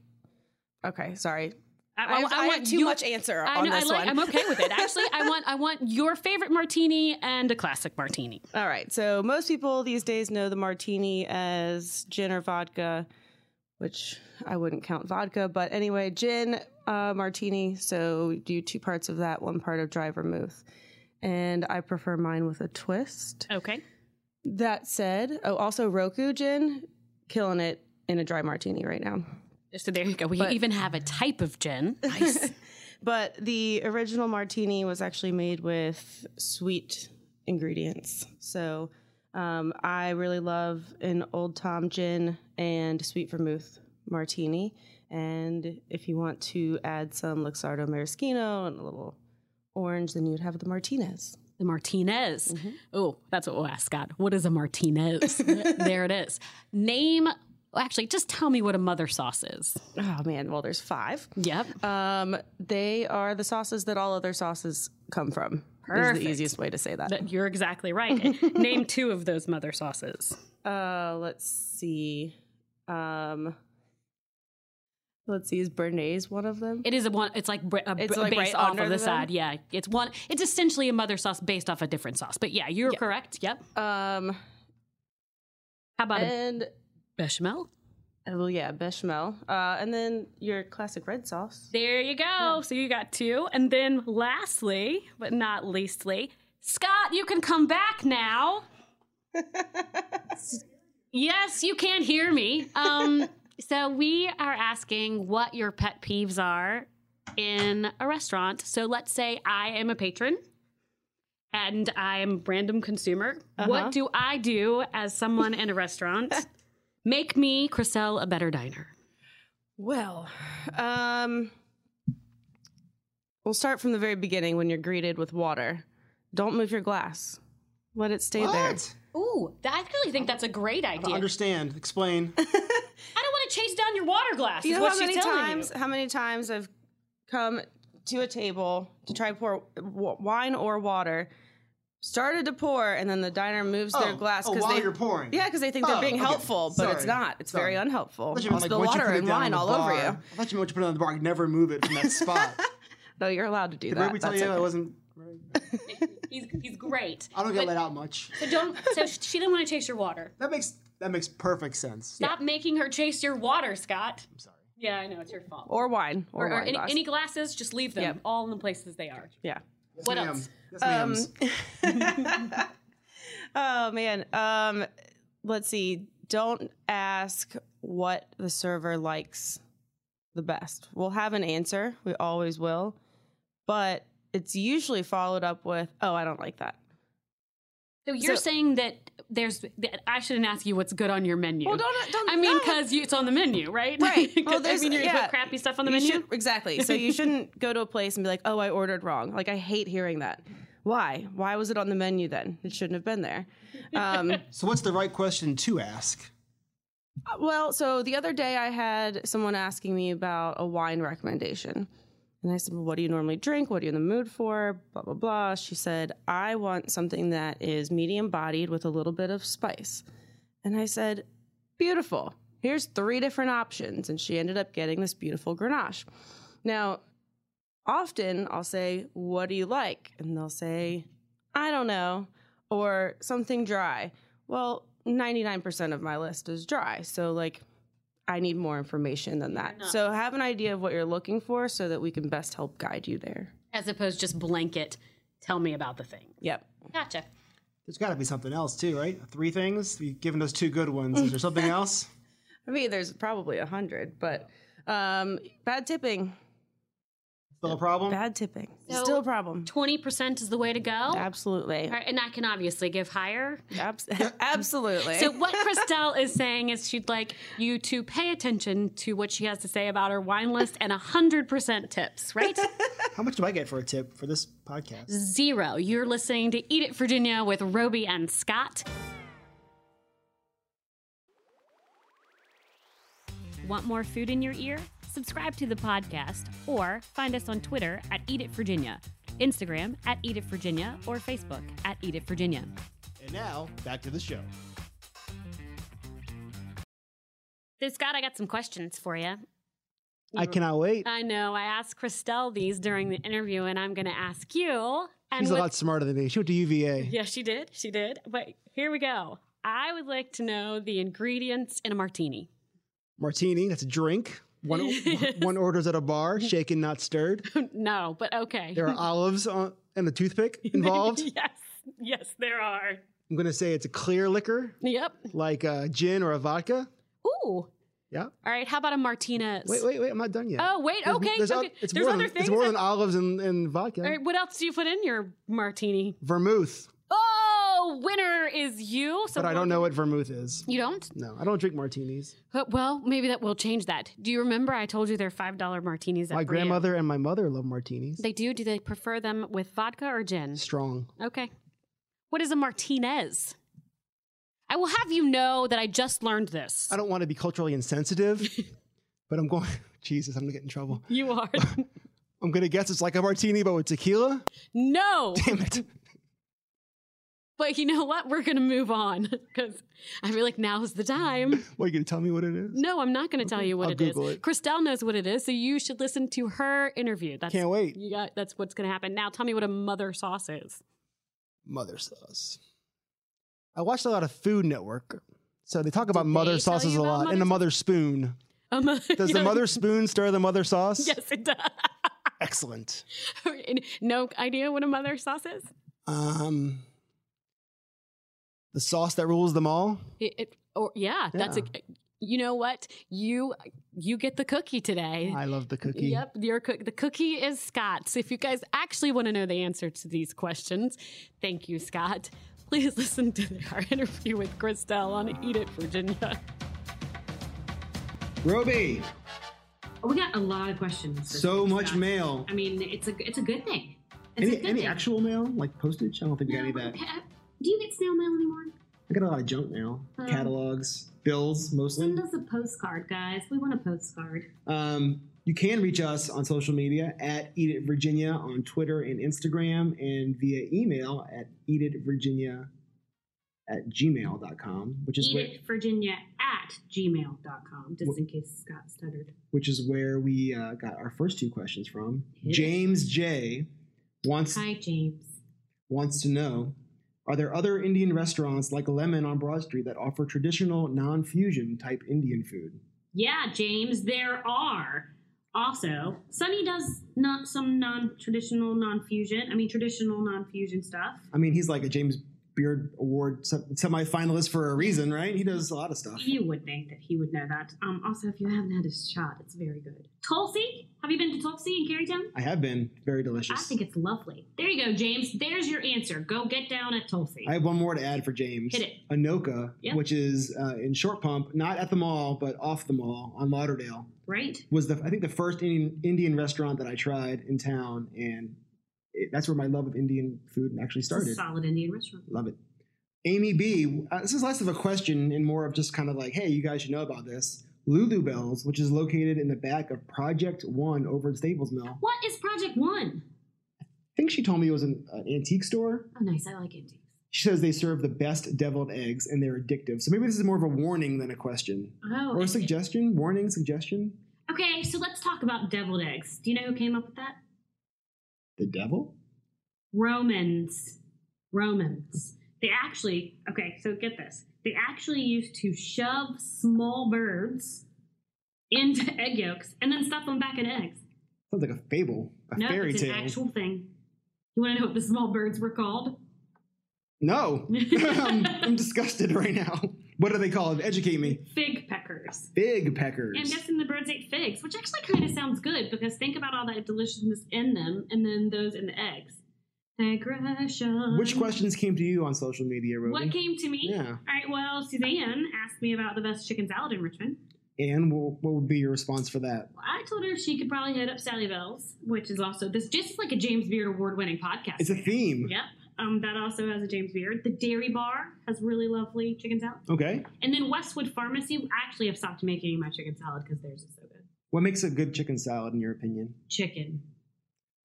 D: Okay, sorry.
E: I- I-
D: I, have-
E: I
D: I
E: want
D: have too
E: you-
D: much answer
E: I
D: on
E: know,
D: this
E: I like,
D: one.
E: I'm okay with it. Actually, I want I want your favorite martini and a classic martini.
D: All right. So most people these days know the martini as gin or vodka, which I wouldn't count vodka, but anyway, gin uh, martini. So do two parts of that, one part of dry vermouth, and I prefer mine with a twist.
E: Okay.
D: That said, oh, also Roku gin, killing it in a dry martini right now.
E: So there you go. We
D: But-
E: even have a type of gin. Nice.
D: But the original martini was actually made with sweet ingredients. So um, I really love an Old Tom gin and sweet vermouth martini. And if you want to add some Luxardo maraschino and a little orange, then you'd have the Martinez.
E: the Martinez.
D: Mm-hmm.
E: Oh, that's what we'll ask Scott. What is a Martinez? there it is. Name. well, Actually, just tell me what a mother sauce is.
D: Oh man, well there's five.
E: Yep.
D: Um, they are the sauces that all other sauces come from. Is
E: Perfect.
D: the easiest way to say that.
E: That- You're exactly right. Name two of those mother sauces.
D: Uh, let's see. Um, let's see. Is Bernays one of them?
E: It is a one. It's like br- a,
D: It's
E: b-
D: like
E: based
D: right
E: off
D: under
E: of the
D: them?
E: side. Yeah, it's one. It's essentially a mother sauce based off a different sauce. But yeah, you're
D: Yeah.
E: correct. Yep.
D: Um,
E: How about a
D: and
E: bechamel?
D: oh yeah, bechamel. Uh, and then your classic red sauce.
E: There you go. So you got two, and then lastly, but not leastly, Scott, you can come back now. S- yes, you can hear me. Um, so we are asking what your pet peeves are in a restaurant. So let's say I am a patron. And I'm random consumer.
D: Uh-huh.
E: What do I do as someone in a restaurant? Make me, Chriselle, a better diner.
D: Well, um, we'll start from the very beginning when you're greeted with water. Don't move your glass. Let it stay there.
F: What?
E: Ooh, th- I really think that's a great
F: I don't
E: idea.
F: understand. Explain.
E: I don't want to chase down your water glass.
D: You
E: is
D: know
E: what
D: how
E: she's
D: many
E: telling
D: times?
E: you.
D: How many times I've come to a table to try to pour w- wine or water, started to pour, and then the diner moves their
F: Oh,
D: glass
F: oh,
D: because
F: while
D: they
F: you're pouring.
D: Yeah, because they think they're
F: Oh,
D: being
F: okay.
D: helpful, but it's
F: Sorry.
D: not. It's very
F: Sorry.
D: unhaul
F: I thought
D: I'll
F: you meant,
D: spill
F: once you
D: water
F: put it
D: and
F: down
D: wine
F: on
D: all
F: the
D: over
F: bar-
D: you.
F: I thought you meant to put it on the bar. You never move it from that spot.
D: No, Oh, you're allowed to do
F: Did
D: that.
F: Ruby tell
D: That's
F: you I
D: okay.
F: wasn't?
E: He's, he's great.
F: I don't get let out much.
E: So don't. So sh- she didn't want to chase your water.
F: That makes that makes perfect sense.
E: Stop making her chase your water, Scott. I'm sorry. Yeah, I know it's your fault.
D: Or wine. Or,
E: Or- or
D: wine
E: any,
D: glass.
E: any glasses, just leave them
D: Oh Yep.
E: all in the places they are.
D: yeah.
E: what
F: Ma'am.
E: else?
F: Yes, ma'ams.
D: Um, Oh man. Um, let's see. Don't ask what the server likes the best. We'll have an answer. We always will, but it's usually followed up with, "Oh, I don't like that."
E: So you're
D: So-
E: saying that there's. That I shouldn't ask you what's good on your menu.
D: Well, don't- don't-
E: I mean,
D: no.
E: because it's on the menu, right?
D: Right.
E: 'Cause,
D: Well,
E: I
D: there's-
E: mean, you're gonna
D: yeah.
E: put crappy stuff on the
D: You
E: menu.
D: should- exactly. So you shouldn't go to a place and be like, "Oh, I ordered wrong." Like I hate hearing that. Why? Why was it on the menu then? It shouldn't have been there. Um,
F: So what's the right question to ask?
D: Well, so the other day I had someone asking me about a wine recommendation. And I said, well, What do you normally drink? What are you in the mood for? Blah, blah, blah. She said, I want something that is medium bodied with a little bit of spice. And I said, Beautiful. Here's three different options. And she ended up getting this beautiful Grenache. Now, often I'll say, What do you like? And they'll say, I don't know, or something dry. Well, 99% of my list is dry. So, like, I need more information than that. So, have an idea of what you're looking for so that we can best help guide you there.
E: As opposed just blanket. Tell me about the thing.
D: Yep.
E: Gotcha.
F: There's got to be something else too, right? Three things. You've given us two good ones. Is there something else?
D: I mean, there's probably a hundred, but um, bad tipping.
F: Still a problem?
D: Bad tipping. Still a problem.
E: Twenty percent is the way to go.
D: Absolutely.
E: All right, and I can obviously give higher.
D: Absolutely.
E: So what Christelle is saying is she'd like you to pay attention to what she has to say about her wine list and hundred percent tips, right?
N: How much do I get for a tip for this podcast?
E: Zero. You're listening to Eat It Virginia with Roby and Scott. Want more food in your ear? Subscribe to the podcast or find us on Twitter at Eat It Virginia, Instagram at Eat It Virginia, or Facebook at Eat It Virginia.
N: And now, back to the show.
E: So, Scott, I got some questions for you.
N: I cannot wait.
D: Uh,
E: I know. I asked Christelle these during the interview, and I'm going to ask you. And
F: She's a
E: with-
F: lot smarter than me. She went to UVA.
E: Yeah, she did. She did. But here we go. I would like to know the ingredients in a martini.
F: Martini, that's a drink. One, one orders at a bar, shaken, not stirred.
E: no, but okay.
F: There are olives on, and a toothpick involved.
E: yes. Yes, there are.
F: I'm going to say it's a clear liquor,
E: Yep.
F: like a gin or a vodka.
E: Ooh.
F: Yeah.
E: All right. How about a martinez?
F: Wait, wait, wait. I'm not done yet.
E: Oh, wait.
F: There's-
E: okay.
F: There's, o-
E: okay.
F: It's
E: There's
F: more
E: other
F: than,
E: things.
F: It's more than
E: I-
F: olives and, and vodka.
E: All right. What else do you put in your martini?
F: Vermouth.
E: Oh, winner is you. So
F: but I don't know what vermouth is.
E: You don't?
F: No, I don't drink martinis.
E: Uh, Well, maybe that will change that. Do you remember I told you they're five dollar martinis? At
F: My
E: Brio?
F: grandmother and my mother love martinis.
E: They do. Do they prefer them with vodka or gin?
F: Strong.
E: Okay. What is a martinez? I will have you know that I just learned this.
F: I don't want to be culturally insensitive, but I'm going. Jesus, I'm gonna get in trouble.
E: You are.
F: I'm gonna guess it's like a martini, but with tequila.
E: No.
F: Damn it.
E: But you know what? We're going to move on because I feel like now's the time.
F: What are you gonna tell me what it is?
E: No, I'm not going to tell you what
F: I'll
E: it is.
F: Google it.
E: Christelle knows what it is, so you should listen to her interview. That's,
F: Can't wait.
E: You got, that's what's going to happen. Now, tell me what a mother sauce is.
F: Mother sauce. I watched a lot of Food Network, so they talk about mother sauces a lot and the mother spoon.
E: A mother-
F: Does the mother spoon stir the mother sauce?
E: Yes, it does.
F: Excellent.
E: no idea what a mother sauce is?
F: Um, the sauce that rules them all.
E: It, it- or yeah, that's a. You know what? You you get the cookie today.
F: I love the cookie.
E: Yep, your cook. The cookie is Scott's. If you guys actually want to know the answer to these questions, thank you, Scott. Please listen to our interview with Christelle on Eat It Virginia.
F: Roby,
K: Oh, We got a lot of questions. this
F: so
K: week,
F: much
K: Scott.
F: mail.
K: I mean, it's a it's a good thing. It's a
F: Any,
K: good
F: any
K: thing.
F: actual mail, like postage? I don't think we got any of that.
K: Pa- Do you get snail mail anymore?
F: I got a lot of junk mail,
K: Um,
F: catalogs, bills mostly.
K: Send us a postcard, guys. We want a postcard.
F: Um, you can reach us on social media at Eat It Virginia on Twitter and Instagram and via email at Eat It Virginia at gmail.com, which is
K: Eat
F: where,
K: it, Virginia at gmail.com, just in case Scott stuttered.
F: which is where we uh, got our first two questions from. James J wants
K: Hi, James.
F: wants to know Are there other Indian restaurants like Lemon on Broad Street that offer traditional non fusion type Indian food?
K: Yeah, James, there are. Also, Sunny does not some non-traditional, non-fusion. I mean, traditional non-fusion stuff.
F: I mean, he's like a James Beard Award sem- semi finalist for a reason, right? He does a lot of stuff.
K: You would think that he would know that. Um, also, if you haven't had his shot, it's very good. Tulsi, have you been to Tulsi in Carytown?
F: I have been very
K: I
F: delicious.
K: think it's lovely. There you go, James. There's your answer. Go get down at Tulsi.
F: I have one more to add for James.
K: Hit it.
F: Anoka,
K: Yep.
F: which is uh, in Short Pump, not at the mall, but off the mall on Lauderdale,
K: Right?
F: was the I think the first Indian, Indian restaurant that I tried in town, and it, that's where my love of Indian food actually
K: It's a
F: started.
K: solid Indian restaurant.
F: Love it. Amy B, uh, this is less of a question and more of just kind of like, hey, you guys should know about this. Lulu Bells, which is located in the back of Project One over at Staples Mill. I
K: What is Project One?
F: think she told me it was an, an antique store.
K: Oh, nice. I like antiques.
F: She says they serve the best deviled eggs and they're addictive. So maybe this is more of a warning than a question.
K: Oh,
F: or
K: I
F: a
K: see.
F: suggestion? Warning, suggestion?
K: Okay, so let's talk about deviled eggs. Do you know who came up with that?
F: The devil?
K: Romans. Romans. They actually, okay, so get this. They actually used to shove small birds into egg yolks and then stuff them back in eggs.
F: Sounds like a fable, a
K: no,
F: fairy
K: it's
F: tale.
K: an actual thing. You want to know what the small birds were called?
F: no. I'm, I'm disgusted right now. What are they called? Educate me.
K: Fig peckers.
E: peckers.
F: Big peckers.
E: Yeah, I'm guessing the birds ate figs, which actually kind of sounds good because think about all that deliciousness in them and then those in the eggs. Digression.
F: Which
K: um,
F: questions came to you on social media, Ruby?
E: What came to me?
F: Yeah.
E: All right, well, Suzanne asked me about the best chicken salad in Richmond.
F: And what, what would be your response for that?
E: Well, I told her she could probably hit up Sally Bell's, which is also this just like a James Beard award winning podcast.
F: It's a theme.
E: Yep. Um, that also has a James Beard. The Dairy Bar has really lovely chicken salad.
F: Okay.
E: And then Westwood Pharmacy, I actually have stopped making my chicken salad because theirs is so good.
F: What makes a good chicken salad, in your opinion?
E: Chicken.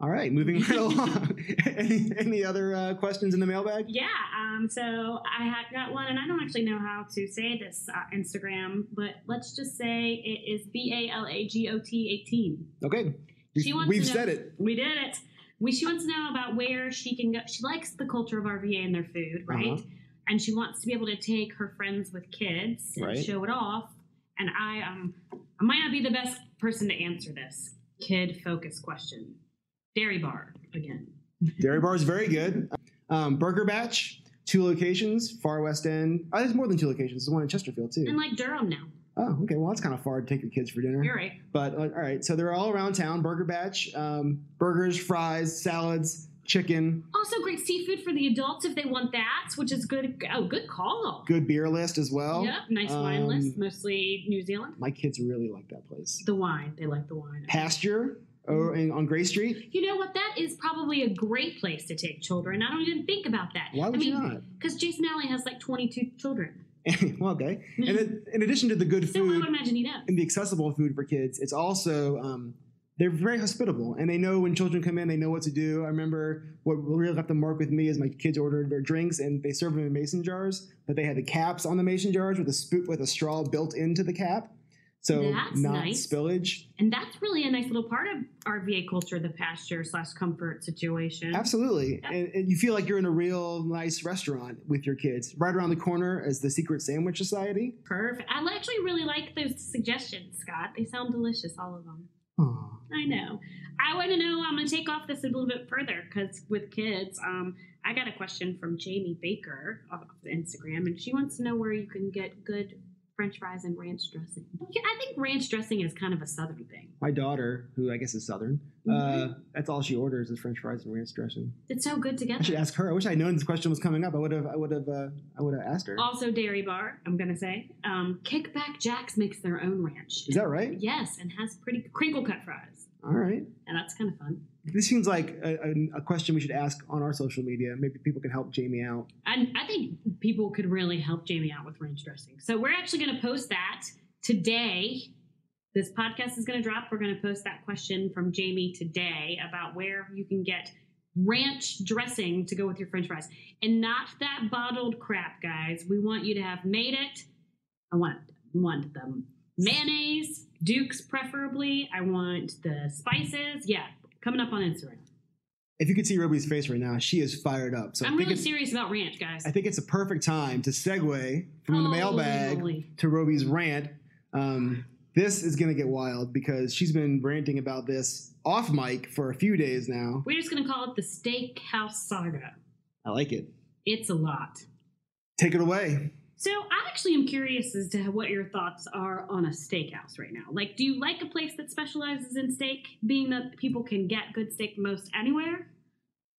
F: All right, moving right along. any, any other uh, questions in the mailbag?
E: Yeah. Um, so I ha- got one, and I don't actually know how to say this uh, Instagram, but let's just say it is B A L A G O T 18.
F: Okay.
E: She wants
F: we've
E: to know-
F: said it.
E: We did it. We, she wants to know about where she can go. She likes the culture of RVA and their food, right?
F: Uh-huh.
E: And she wants to be able to take her friends with kids and
F: Right.
E: show it off. And I, um, I might not be the best person to answer this kid focused question. Dairy bar again.
F: Dairy Bar is very good. Um, Burger Batch, two locations, Far West End. Oh, there's more than two locations. There's one in Chesterfield too.
E: And like Durham now.
F: oh, okay. Well, that's kind of far to take your kids for dinner.
E: You're right.
F: But uh, all right, so they're all around town. Burger Batch, um, burgers, fries, salads, chicken.
E: Also, great seafood for the adults if they want that, which is good. Oh, good call.
F: Good beer list as well.
E: Yep, nice wine
F: Um,
E: list, mostly New Zealand.
F: My kids really like that place.
E: The wine, they like the wine.
F: Pasture over in, on Gray Street.
E: You know what? That is probably a great place to take children. I don't even think about that.
F: Why would you not?
E: Because Jason Alley has like 22 children.
F: well, okay. And then, in addition to the good
E: So I would
F: food
E: imagine he knows.
F: and the accessible food for kids, it's also um, they're very hospitable, and they know when children come in, they know what to do. I remember what really left the mark with me is my kids ordered their drinks, and they served them in mason jars, but they had the caps on the mason jars with a spoon with a straw built into the cap, so
E: That's
F: not
E: nice.
F: spillage.
E: And that's really a nice little part of RVA culture, the pasture slash comfort situation.
F: Absolutely, and, and you feel like you're in a real nice restaurant with your kids. Right around the corner is the Secret Sandwich Society.
E: Perfect. I actually really like those suggestions, Scott. They sound delicious, all of them. I know. I want to know. I'm going to take off this a little bit further because with kids, um, I got a question from Jamie Baker off of Instagram, and she wants to know where you can get good French fries and ranch dressing. Yeah, I think ranch dressing is kind of a Southern thing.
F: My daughter, who I guess is Southern,
E: Mm-hmm.
F: uh, that's all she orders is French fries and ranch dressing.
E: It's so good
F: I should
E: together.
F: ask her. I wish I'd known this question was coming up. I would have. I would have. Uh, I would have asked her.
E: Also, Dairy Bar. I'm going to say, um, Kickback Jacks makes their own ranch.
F: Is that right?
E: Yes, and has pretty crinkle cut fries,
F: All right.
E: and that's kind of fun.
F: This seems like a, a, a question we should ask on our social media. Maybe people can help Jamie out.
E: I, I think people could really help Jamie out with ranch dressing. So we're actually going to post that today. This podcast is going to drop. We're going to post that question from Jamie today about where you can get ranch dressing to go with your french fries. And not that bottled crap, guys. We want you to have made it. I want want the mayonnaise, Duke's preferably. I want the spices. Yeah, coming up on Instagram.
F: If you could see Ruby's face right now, she is fired up. So I
E: I'm
F: think
E: really
F: it's.
E: serious about ranch, guys.
F: I think it's a perfect time to segue from the mailbag
E: moly.
F: to Ruby's rant. Um, this is going to get wild because she's been ranting about this off mic for a few days now.
E: We're just going to call it the Steakhouse Saga.
F: I like it.
E: It's a lot.
F: Take it away.
E: So I actually am curious as to what your thoughts are on a steakhouse right now. Like, do you like a place that specializes in steak, being that people can get good steak most anywhere?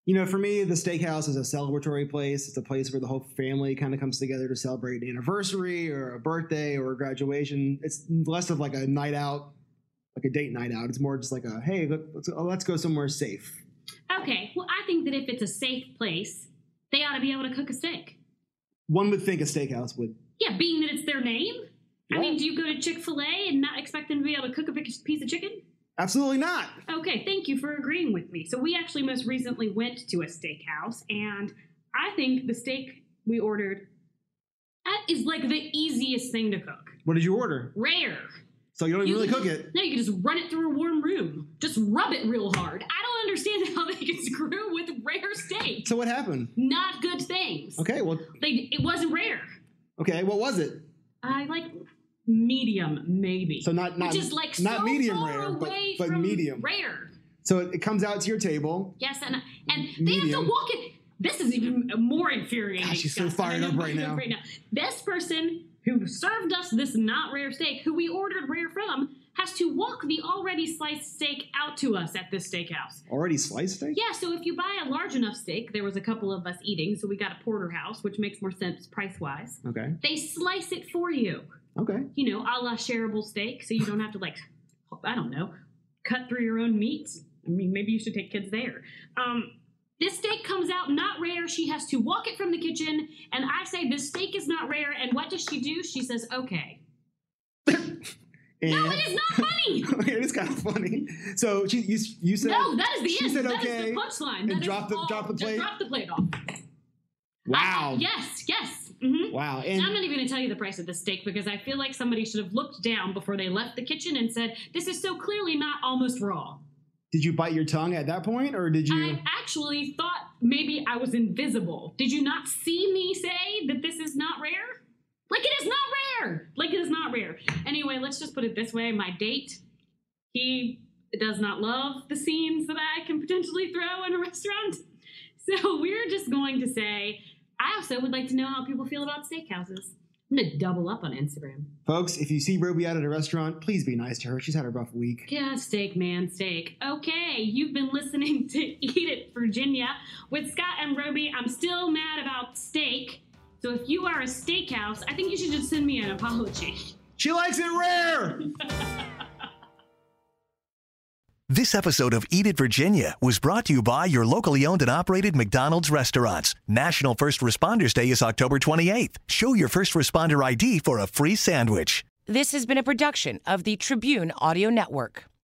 F: You know, for me, the steakhouse is a celebratory place. It's a place where the whole family kind of comes together to celebrate an anniversary or a birthday or a graduation. It's less of like a night out, like a date night out. It's more just like a hey, let- let's oh, let's go somewhere safe.
E: Okay, well, I think that if it's a safe place, they ought to be able to cook a steak.
F: One would think a steakhouse would.
E: Yeah, being that it's their name. I mean, do you go to Chick fil A and not expect them to be able to cook a big piece of chicken?
F: Absolutely not.
E: Okay, thank you for agreeing with me. So we actually most recently went to a steakhouse, and I think the steak we ordered that is like the easiest thing to cook.
F: What did you order?
E: Rare.
F: So you don't even really
E: can
F: cook
E: just-
F: it.
E: No, you can just run it through a warm room. Just rub it real hard. I don't understand how they can screw with rare steak.
F: So what happened?
E: Not good things.
F: Okay, well,
E: They it wasn't rare.
F: okay, what was it?
E: I like medium maybe.
F: So not not
E: which is like
F: not
E: so
F: medium
E: far
F: rare, but
E: away
F: but
E: from
F: medium.
E: rare.
F: So it, it comes out to your table.
E: Yes, and and they have
F: Medium.
E: to walk it. This is even more infuriating.
F: Gosh, she's so
E: Scott.
F: fired
E: I know,
F: up right
E: I know
F: now.
E: This person who served us this not rare steak, who we ordered rare from, has to walk the already sliced steak out to us at this steakhouse.
F: Already sliced steak?
E: Yeah, so if you buy a large enough steak, there was a couple of us eating, so we got a porterhouse, which makes more sense price wise.
F: Okay.
E: They slice it for you,
F: Okay.
E: you know, a la shareable steak, so you don't have to, like, I don't know, cut through your own meat. I mean, maybe you should take kids there. Um, this steak comes out not rare. She has to walk it from the kitchen, and I say, This steak is not rare. And what does she do? She says, Okay.
F: no,
E: it is not funny.
F: it is kind of funny. So she, you, you said
E: no, that is the
F: she
E: end.
F: Said,
E: That is
F: okay,
E: the punchline.
F: and
E: That is
F: drop the
E: all.
F: drop the
E: Just
F: plate.
E: Drop the plate off.
F: Wow.
E: Yes, yes. hmm
F: Wow.
E: And
F: And
E: I'm not even going to tell you the price of the steak because I feel like somebody should have looked down before they left the kitchen and said, "This is so clearly not almost raw."
F: did you bite your tongue at that point, or did you?
E: I actually thought maybe I was invisible. Did you not see me say that this is not rare? Like it is not rare. Like it is not rare. Anyway, let's just put it this way: my date, he does not love the scenes that I can potentially throw in a restaurant. So we're just going to say, I also would like to know how people feel about steakhouses. I'm gonna double up on Instagram.
F: Folks, if you see Ruby out at a restaurant, please be nice to her. She's had a rough week.
E: Yeah, steak, man, steak. Okay, you've been listening to Eat It Virginia with Scott and Roby. I'm still mad about steak. So if you are a steakhouse, I think you should just send me an apology.
F: She likes it rare.
B: This episode of Eat It Virginia was brought to you by your locally owned and operated McDonald's restaurants. National First Responders Day is October 28th. Show your first responder ID for a free sandwich.
A: This has been a production of the Tribune Audio Network.